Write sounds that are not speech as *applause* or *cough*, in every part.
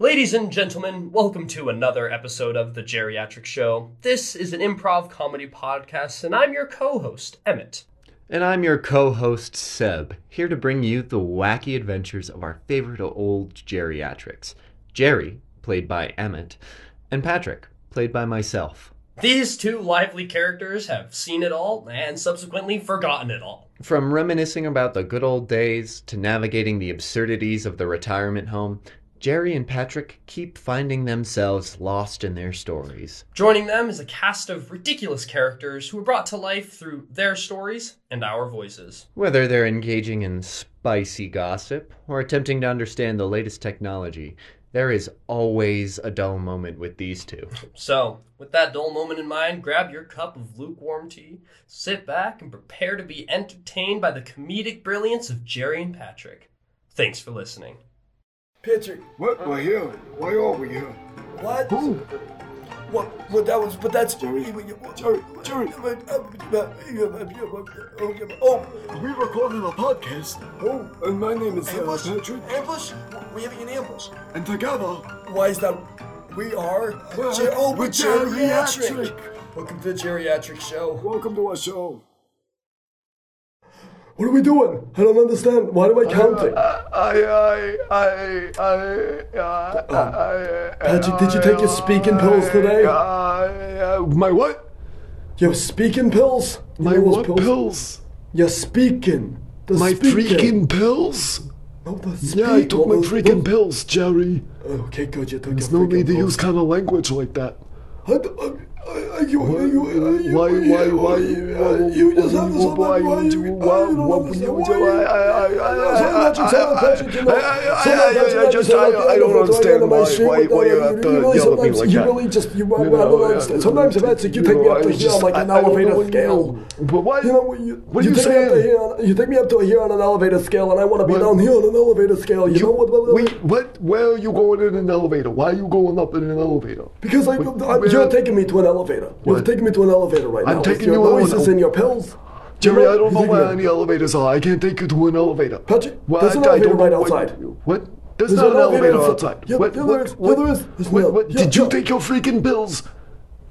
Ladies and gentlemen, welcome to another episode of The Geriatric Show. This is an improv comedy podcast, and I'm your co host, Emmett. And I'm your co host, Seb, here to bring you the wacky adventures of our favorite old geriatrics Jerry, played by Emmett, and Patrick, played by myself. These two lively characters have seen it all and subsequently forgotten it all. From reminiscing about the good old days to navigating the absurdities of the retirement home, Jerry and Patrick keep finding themselves lost in their stories. Joining them is a cast of ridiculous characters who are brought to life through their stories and our voices. Whether they're engaging in spicy gossip or attempting to understand the latest technology, there is always a dull moment with these two. So, with that dull moment in mind, grab your cup of lukewarm tea, sit back, and prepare to be entertained by the comedic brilliance of Jerry and Patrick. Thanks for listening. Patrick, What we're here? Why are we here? what? Who? What? But that was, but that's Jerry. Jerry, Jerry. Oh, We recorded a podcast. Oh, and my name is uh, ambush! Patrick, Ambush! We're having an ambush. and together Why is that? We are. We're- Jer- oh, we're we're geriatric. geriatric. Welcome to the geriatric show. welcome to our show. What are we doing? I don't understand. Why am I counting? Patrick, Um, did you take your speaking pills today? uh, my what? Your speaking pills? You My know those what pills? Your speaking. The My speaking. freaking pills? No, the Yeah, I speak- took my those- freaking pills, Jerry. Okay, good. You took There's your no need freaking to pills. use kind of language like that. What? Uh, uh, you, you, you, you, Why, you, why, why? you, you just have this why, on why you, do- why you why don't would understand you why do- I- I- I- I- Yeah, so much, so much, I- Patrick, you know. I- So much, I- I- I- I much, just- so much, I- you know, I don't so much, understand you know, why- my shit why- with why that, you have to really yell at me sometimes- like you that? really just, you, I You know, don't I- understand. Sometimes, I- Patrick, you you take me know, up I to was here just- like an I- I don't elevator know what you scale. mean. But why- You know, when you, what you are you take me up to saying? here, on- you take me up to here on an elevator scale, and I want to be What? down here on an elevator scale. You, know what? what- what- Wait, what? Where are you going in an elevator? Why are you going up in an elevator? Because I, Wait, I, where- you're taking me to an elevator. You're What? taking me to an elevator right I'm now. with taking you your on an noises el- and your pills. Jerry, I don't You know take where me- any elevators are. I can't take you to an elevator. Patrick, Why- there's an I- I elevator don't know right what- outside. What? There's, There's not an an elevator elevator outside. outside. Yeah, What? yeah, what- there is. Yeah, what- there is. There's what- no- what- yeah, Did you yeah. take your freaking pills?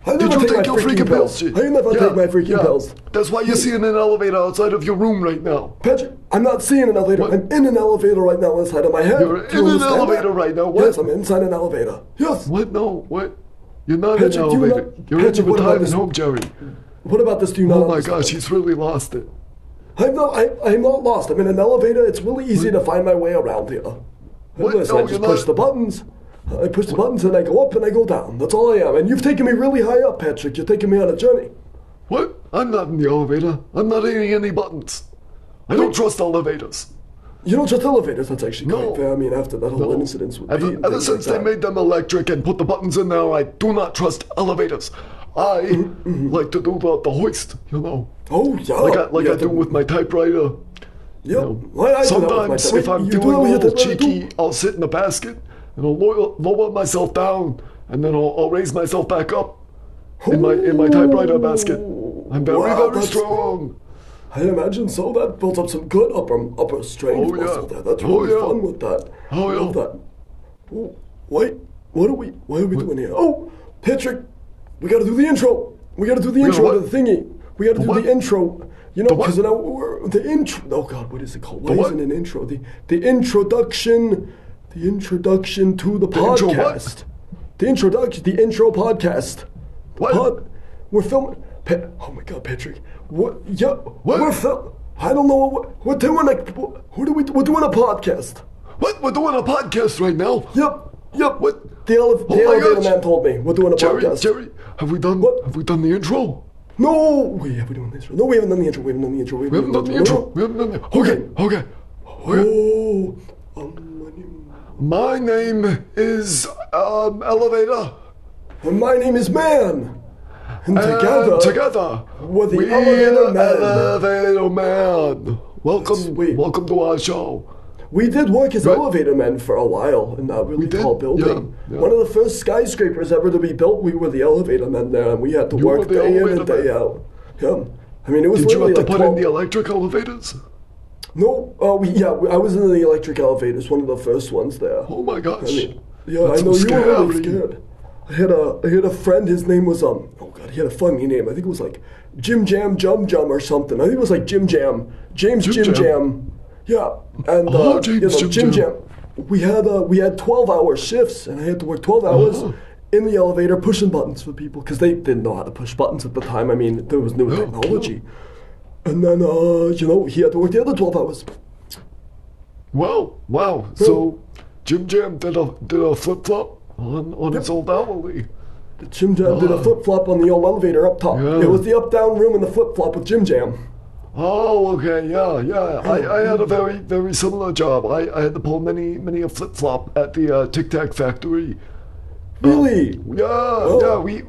I never Did you my take your freaking pills? I never Yeah, take my freaking yeah. pills. That's why you're seeing an elevator outside of your room right now. Patrick, I'm not seeing an elevator. What? I'm in an elevator right now inside of my head. Do You're you in an understand elevator that? right now. What? Yes, I'm inside an elevator. Yes. What? No. What? You're not Patrick, do in an you elevator. not- You're Patrick, in what about retirement this- home, Jerry. What about this? Do you not? Oh my understand? gosh, he's really lost it. I'm not. I, I'm not lost. I'm in an elevator. It's really easy to find my way around here. What? Listen, No, I just you're push not- the buttons. I push the buttons and I go up and I go down. That's all I am. And you've taken me really high up, Patrick. You're taking me on a journey. What? I'm not in the elevator. I'm not hitting any buttons. I don't trust elevators. You don't just elevators. That's actually No. quite fair. I mean, after that whole No. incident with Pete Ever, and ever things like since they that. made them electric and put the buttons in there, I do not trust elevators. I like to do the, the hoist, you know, Mm-hmm. Oh yeah. like I, like yeah, I do with my typewriter. Yep. know. I, I do that with my Sometimes, dad. if I'm You do feeling that a with your little dad, too? cheeky, I'll sit in the basket and I'll lower, lower myself down, and then I'll, I'll raise myself back up in my in my typewriter basket. I'm very Wow, very that's- strong. I imagine so. That built up some good upper upper strength Oh, yeah. muscle there. That's Oh, really yeah. fun with that. Oh, yeah. Love that. Oh, wait, what are we? What are we doing here? Oh, Patrick, we got to do the intro. We got to do the intro what? to the thingy. We got to do what? the intro. You know, what? because now we're, the intro. Oh God, what is it called? Why what? isn't an intro? The the introduction, the introduction to the, podcast. intro what? The introduction, the intro podcast. The What? pod- we're filming. Pa- oh my God, Patrick. What? Yeah, we're fil- I don't know. What, we're doing a. What are we? We're doing a podcast. What we're doing a podcast right now? Yep. Yep. What? The, ele- Oh the my elevator gosh. man told me we're doing a Jerry, podcast. Jerry, have we done What? have we done the intro? No, wait, have we done the intro? No, we haven't done the intro. We haven't done the intro. We haven't done the intro. We haven't done the okay okay. okay. Oh, um, my name- My name is um, Elevator. and my name is Man, and And together, Uh, together, we're the we Elevator are Man. Elevator Man. Welcome, Wait. welcome to our show. We did work as Right. elevator men for a while in that really did? tall building. Yeah, yeah. One of the first skyscrapers ever to be built, we were the elevator men there, and we had to were work the day in elevator and day men. out. Yeah, I mean it was Did you literally have to like put 12 in the electric elevators? no, uh, we, yeah, we- I was in the electric elevators, one of the first ones there. Oh my gosh! I mean, Yeah, I That's know you were really scary. scared. I had a I had a friend. His name was um. Oh God, he had a funny name. I think it was like Jim Jam Jum Jum or something. I think it was like Jim Jam, James Jim, Jim Jam. Jam. Yeah, and Oh, uh, James you know, Jim Jim, Jam. Jam. We had uh, we had twelve hour shifts, and I had to work twelve hours. Uh-huh. In the elevator, pushing buttons for people because they didn't know how to push buttons at the time. I mean, there was new cool. technology, and then uh, you know he had to work the other twelve hours. Wow, wow. So Jim Jam did a did a flip flop on on his old hourly. Jim Jam did a flip flop on the old elevator up top. Oh. Yeah. It was the up down room and the flip flop with Jim Jam. Oh, okay, yeah, yeah. I, I had a very very similar job. I, I had to pull many many a flip flop at the uh, Tic Tac factory. Really? Yeah, yeah. We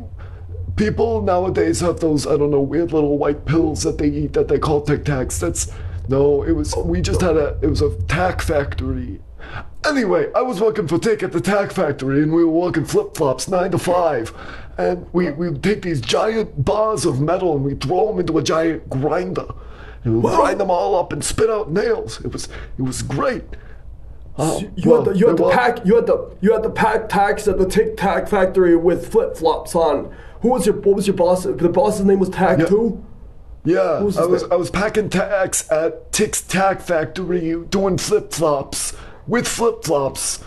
people nowadays have those I don't know weird little white pills that they eat that they call Tic Tacs. That's no. It was we just had a it was a tack factory. Anyway, I was working for Tick at the tack factory, and we were working flip flops nine to five, and we we would take these giant bars of metal and we throw them into a giant grinder, and we would grind them all up and spit out nails. It was it was great. Uh, You- You well, had the, you had it the wa- pack you had the you had the pack tax at the Tic Tac factory with flip flops on. Who was your what was your boss? The boss's name was Tac too. Yeah, was I his was name? I was packing tacks at Tic's Tack Factory, doing flip flops with flip flops,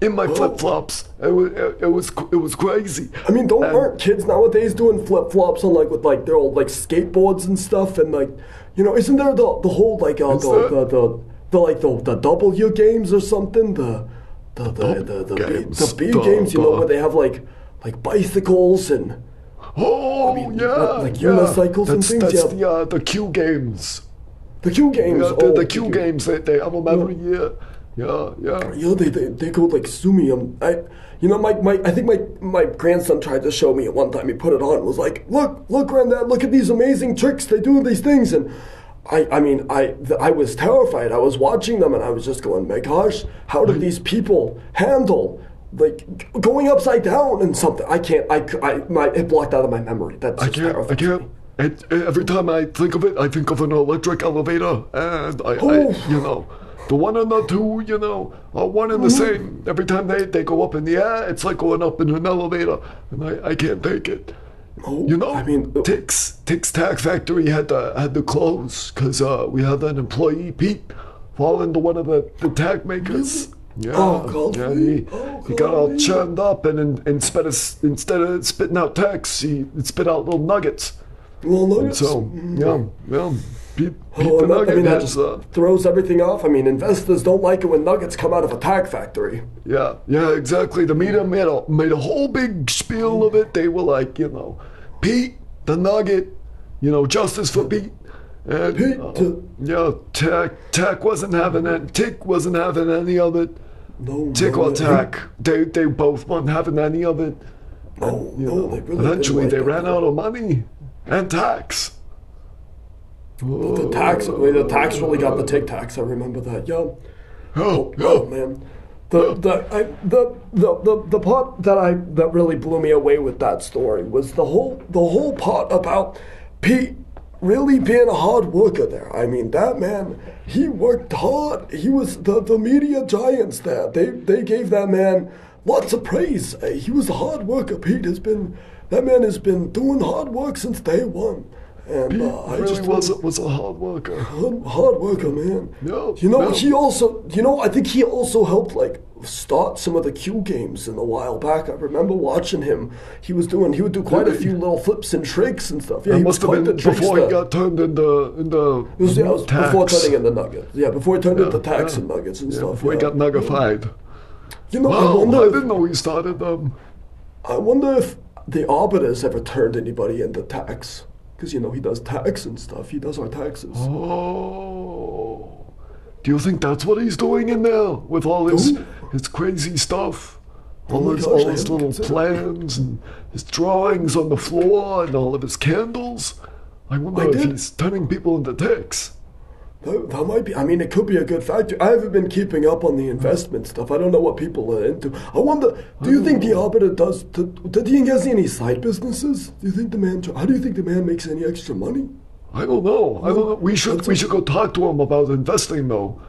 in my Oh. flip flops. It was it, it was it was crazy. I mean, don't aren't kids nowadays doing flip flops on like with like their old like skateboards and stuff and like you know isn't there the the whole like uh, the, there? the, the the like the the W games or something the the the the, the, games, B, the B duh, games you know duh. where they have like like bicycles and. oh yeah, like yeah. unicycles and that's, things, That's yeah. the uh, the Q games. The Q games. Yeah, oh, the, the thank Q you. games. They, they have them every year. Yeah, yeah. You know, they, they, they go like Sumi. Um, I, you know, my, my I think my my grandson tried to show me at one time. He put it on. and Was like, look, look, granddad, look at these amazing tricks. They do these things, and I, I mean, I, th- I was terrified. I was watching them, and I was just going, my gosh, how did these people handle? Like g- going upside down and something. I can't. I, c- I- my it blocked out of my memory. That's I just can't. I terrifying. can't. It, it- every time I think of it, I think of an electric elevator, and I, I Oh. you know, the one and the two, you know, are one and the same. Every time they, they go up in the air, it's like going up in an elevator, and I, I can't take it. You know, I mean, uh, Ticks Ticks Tack Factory had to had to close because uh, we had an employee Pete fall into one of the, the tack makers. Yeah, Oh, golly. yeah, he, Oh, he got all golly. churned up, and in, instead of instead of spitting out tacks, he spit out little nuggets. Well, notice- So yeah, yeah, Pete, Pete Well, the mm. Oh, I Nugget mean, that has, just uh, throws everything off. I mean, investors don't like it when nuggets come out of a tag factory. Yeah, yeah, exactly. The media made a made a whole big spiel of it. They were like, you know, Pete the Nugget, you know, justice for Pete. And, Pete uh, the- yeah, Tech Tech wasn't having that. Tick wasn't having any of it. No, Tick no, or they- Tack, they they both weren't having any of it. No, You no, know, they really eventually didn't they like ran that. out of money and tax. The tax, the tax really got the tic tacs. I remember that. Yeah. Oh, Oh man, the the I, the, the the the part that I that really blew me away with that story was the whole the whole part about Pete really being a hard worker there. I mean that man, he worked hard. He was the the media giants there. They they gave that man lots of praise. Uh, He was a hard worker. Pete has been that man has been doing hard work since day one. And uh, I really just was was a hard worker. hard, hard worker, man. No, you know no. he also, you know, I think he also helped like start some of the Q games in a while back. I remember watching him. He was doing, he would do quite a Really? few little flips and tricks and stuff. Yeah, It he was must have quite been the before he trickster. got turned into into It was, yeah, it was tax. before turning into nuggets. Yeah, before he turned into tax yeah. and nuggets and yeah, stuff. before yeah. Oh, he got nuggified. you know, I Wow, wonder. I if- didn't know he started them. I wonder if the arbiters ever turned anybody into tax. Because you know he does tax and stuff. He does our taxes. Oh, do you think that's what he's doing in there with all his Ooh. his crazy stuff, all Oh my his gosh, all I his hadn't little considered. plans and his drawings on the floor and all of his candles? I wonder if did- he's turning people into ticks. That, that might be. I mean, it could be a good factor. I haven't been keeping up on the investment stuff. I don't know what people are into. I wonder. Do you think the Oh. arbiter does? Did, did he has any side businesses? Do you think the man? How do you think the man makes any extra money? I don't know. I don't know. We should that's we a- should go talk to him about investing though.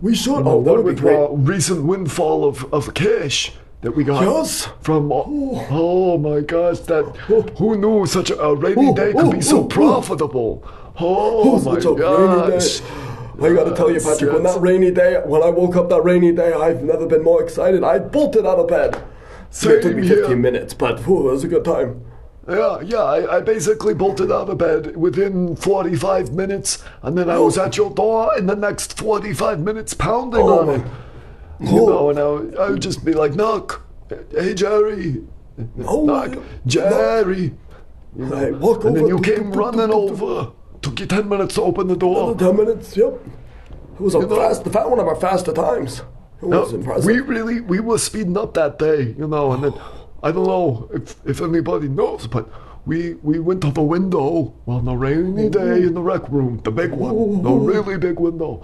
We should. Oh, Oh, that what would be with great. uh, recent windfall of, of cash that we got Yes. from. uh, Oh my gosh! That who knew such a rainy Ooh, day could ooh, be so ooh, ooh. profitable? Oh my it's a rainy gosh! day. I gotta tell you, Yes, Patrick, when yes. that rainy day, when I woke up that rainy day, I've never been more excited. I bolted out of bed. So it took Same me here. 15 minutes, but whew, it was a good time. Yeah, yeah. I, I basically bolted out of bed within 45 minutes, and then I was at your door in the next 45 minutes, pounding Oh, on my- Oh, it. You know, and I would, I would just be like, "Knock, hey Jerry, Oh, knock, Jerry," no. I walk and over. then you to- came to- running to- to- over. Took you 10 minutes to open the door. to- Ten minutes. Yep. It was a know- fast, the fat one of our faster times. It No, was impressive. we really we were speeding up that day, you know, and then I don't know if, if anybody knows, but we we went to the window on a rainy day in the rec room, the big one, the really big window.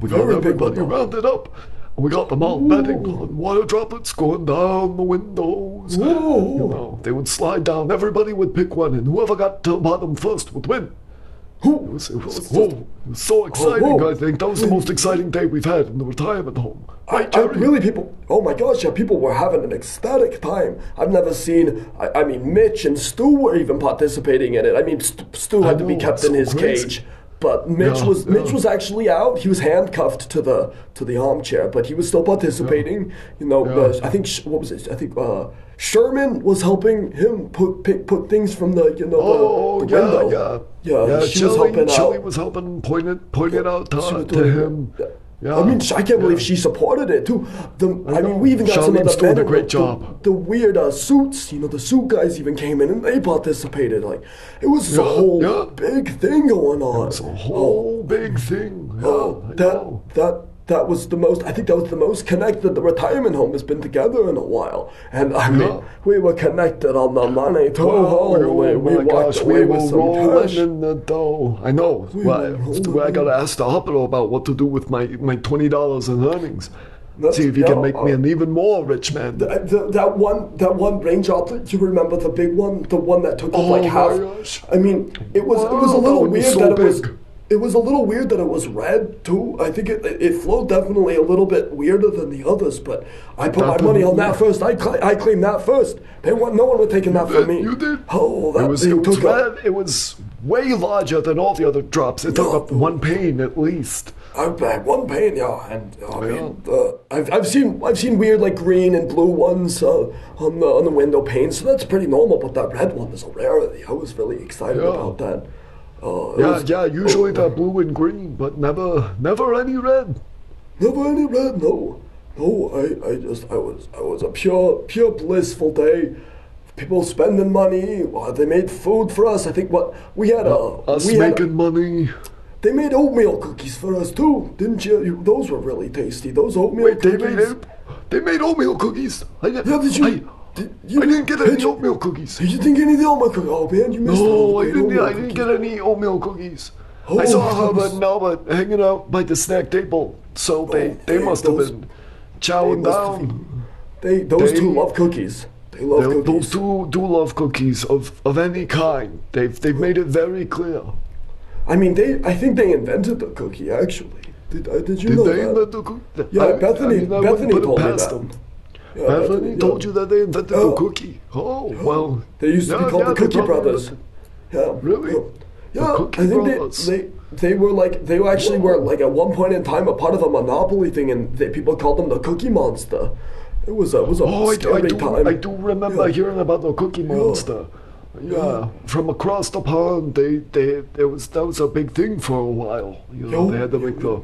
We got Very big everybody window. rounded up. and We got them all betting on water droplets going down the windows. You Ooh. know, they would slide down. Everybody would pick one, and whoever got to the bottom first would win. It was, it was, whoa, it was so exciting. whoa. I think that was the most exciting day we've had in the retirement home. I, I really people. Oh my gosh, yeah, people were having an ecstatic time. I've never seen. I, I mean, Mitch and Stu were even participating in it. I mean, Stu, Stu had to be know, kept it's in his crazy. cage, but Mitch Yeah, was Mitch yeah. was actually out. He was handcuffed to the to the armchair, but he was still participating. You know, uh, I think Sh- what was it? I think uh, Sherman was helping him put pick, put things from the you know Oh, the, the yeah, window. yeah, yeah. she Chili, was helping Chili out. was helping point it, point it out She to, was to doing- him. Yeah. I mean, sh- I can't believe she supported it too. The, I, mean, we even got some of Charlene's the doing a men in great the, job. The, weird uh, suits, you know, the suit guys even came in and they participated. Like, it was just a whole yeah. big thing going on. it's a whole big thing. Yeah, Oh, I know. that that that was the most. I think that was the most connected the retirement home has been together in a while. And I mean, Yeah. we were connected on the money too. Oh, we, we my walked gosh, away we with were some rolling cash. in the dough. I know. Well, were I- rolling I in- got to ask the hospital about what to do with my, my $20 in earnings. That's- See if you can yeah, make me uh, an even more rich man. Uh, the, that one, that one rain drop. Do you remember the big one, the one that took up Oh like my half? gosh. I mean, it was it was a Wow, little that one was weird so that it was. big. It was a little weird that it was red too. I think it it flowed definitely a little bit weirder than the others, but I put my That money one- on that first. I cla I claimed that first. They want no one was taking that from me. You did. Oh, that it was, thing it was took up- red. It was way larger than all the other drops. It took No. up one pane at least. I had one pain, yeah, and uh, I mean, uh, I've, I've seen I've seen weird like green and blue ones uh, on the on the window pane, so that's pretty normal. But that red one is a rarity. I was really excited Yeah. about that. Uh, it Yeah, was- yeah. Usually they're blue and green, but never, never any red. never any red. No, no. I, I just I was I was a pure pure blissful day. People spending money. Uh, they made food for us. I think what we had a Uh, Us we had a- making money. They made oatmeal cookies for us too, didn't you? you those were really tasty. Those oatmeal Wait, they cookies. made it. They made oatmeal cookies. I, yeah, did you- I, did you- I didn't get did any you- oatmeal cookies. Did you think any of the oatmeal cookies? Oh man, you missed all No, the I great didn't. oatmeal I didn't cookies. get any oatmeal cookies. Oh, I saw that Herbert was- and Albert hanging out by the snack table, so they they yeah, must have Oh, those- been chowing must have down. They those They- two love cookies. They love They- cookies. Those do do love cookies of, of any kind. They've they've made it very clear. I mean, they. I think they invented the cookie actually. Did, uh, did you Did know they that? invent the cookie? yeah, Bethany. Bethany told me that. Yeah, Bethany yeah. told you that they invented the Yeah. cookie. Oh well. Uh, They used to yeah, be called yeah, the they Cookie probably Brothers. invented- Yeah. Really? Yeah. The Yeah, Cookie I think Brothers. they, they they were like they were actually were like at one point in time a part of a monopoly thing, and they, people called them the Cookie Monster. It was a it was a Oh, I, do- I scary do time. I do remember Yeah. hearing about the Cookie Monster. Yeah. from across the pond, they they there was that was a big thing for a while. You know, Yeah. they had to make the.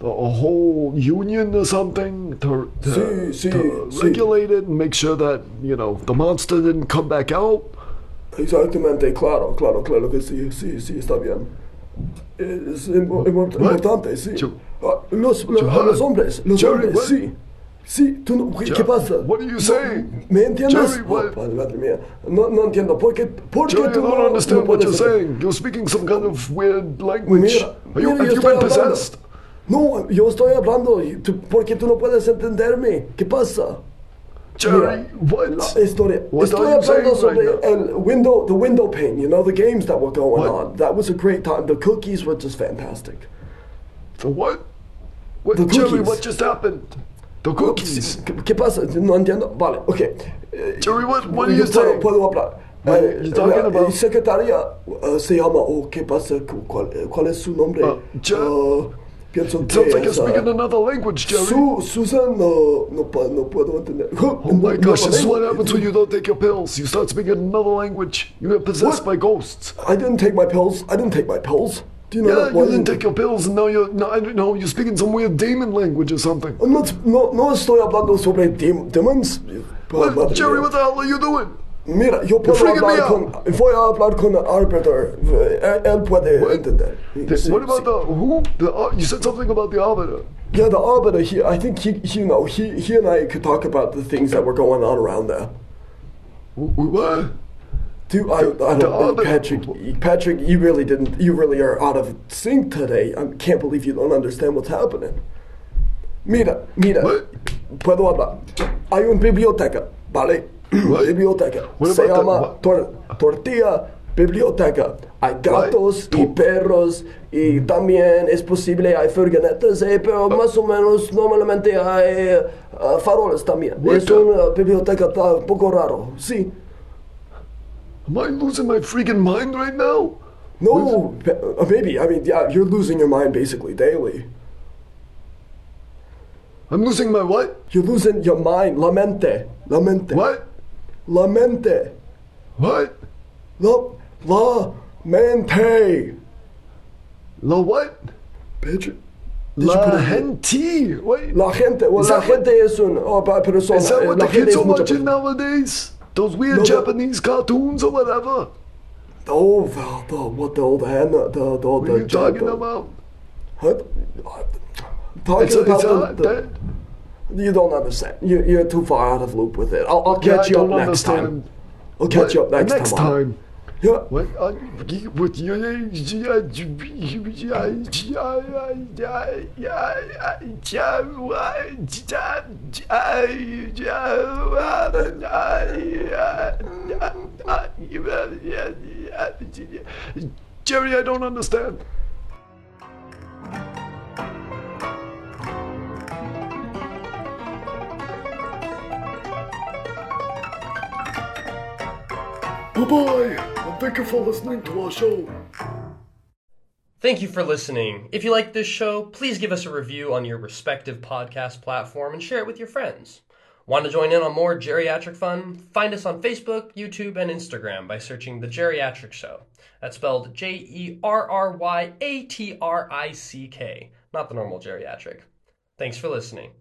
the- A whole union or something to, to, See, see, to see. regulate it and make sure that you know the monster didn't come back out. Exactamente, Pues claro, claro, claro que sí, sí, sí, está bien. Es im- im- importante, sí. Yo- Ah, Los, los, Johan. los hombres, los Jerry, hombres, what? sí. Sí, tú no, ¿qué, Yo- qué pasa? what are you No, saying? ¿Me entiendes? Jerry, what- Oh, padre, madre mía. No, no entiendo, ¿por qué, por qué Jerry, I tú don't no- understand no what puedes you're hacer? saying. You're speaking some kind of weird language. Mira, Are you, mira, have yo you estoy hablando. been possessed? No, yo estoy hablando, y tú- ¿por qué tú no puedes entenderme? ¿Qué pasa? Jerry, what? La historia. What Estoy are you saying hablando right sobre now? el window, the window pane. You know the games that were going What? on. That was a great time. The cookies were just fantastic. The what? What, The Jerry, cookies. what just happened? The The cookies. ¿Qué, qué pasa? No entiendo. Vale, ok. Eh, Jerry, what, what are yo you puedo, saying? puedo hablar. What Eh, you talking la- about? eh, secretaria eh, se llama, o ¿qué pasa? Cu- ¿Cuál, eh, cuál es su nombre? Ah, Ja- Eh, pienso que Sounds like you're es, eh, speaking another language, Jerry. Su- Susan, no, no, pa- no puedo entender. Oh my gosh, this is what happens when you don't take your pills. You start speaking another language. You get possessed What? by ghosts. I didn't take my pills. I didn't take my pills. Do you know Yeah, that? why you didn't take your pills, and now you're no, I don't know. You're speaking some weird demon language or something. I'm not, no, no estoy hablando sobre dem- demons. What, Madre Jerry, mía. what the hell are you doing? Mira, yo puedo freaking me hablar con. out. Voy a hablar con el árbitro. Él, él puede entender. Sí, what sí. about the who? The ar- you said something about the arbiter. Yeah, the arbiter here. I think he, he, you know, he, he and I could talk about the things that were going on around there. Wh- wh- What? Dude, I, I don't the know, arbiter- Patrick. Patrick, you really didn't. You really are out of sync today. I can't believe you don't understand what's happening. Mira, mira. What? Puedo hablar. Hay un biblioteca, ¿vale? *clears throat* What? Biblioteca. What Se about the- llama what? tor- Tortilla Biblioteca. Hay gatos y Tor- perros y también es posible hay furgonetas, eh, pero Oh. más o menos normalmente hay eh, ah, faroles también. What es the- una biblioteca ta- un poco raro, sí. Am I losing my freaking mind right now? No, ba- uh, maybe. I mean, yeah, you're losing your mind basically daily. I'm losing my what? You're losing your mind. La mente. La mente. What? La mente. What? La, la mente. La what? Bitch. La gente. Wait. La gente. Well, Is la that what- gente es un oh, pa- persona. Is that Eh, what la the gente es kids are mucha watching per- nowadays? Those weird No, the- Japanese cartoons or whatever? Oh, the, the, what the old hand, the, the, the, What are you talking about? Huh? Talking It's, it's, about the- uh, the- that, you don't understand. You, you're too far out of loop with it. I'll, I'll yeah, I catch you up don't next time. understand. I'll catch you up What- next, on it. time. Yeah. What? Uh, you- what? you- you- you- you- you- you- you- you- you- Jerry, I don't understand. Bye bye, and thank you for listening to our show. Thank you for listening. If you like this show, please give us a review on your respective podcast platform and share it with your friends. Want to join in on more geriatric fun? Find us on Facebook, YouTube, and Instagram by searching The Geriatric Show. That's spelled J E R R Y A T R I C K, not the normal geriatric. Thanks for listening.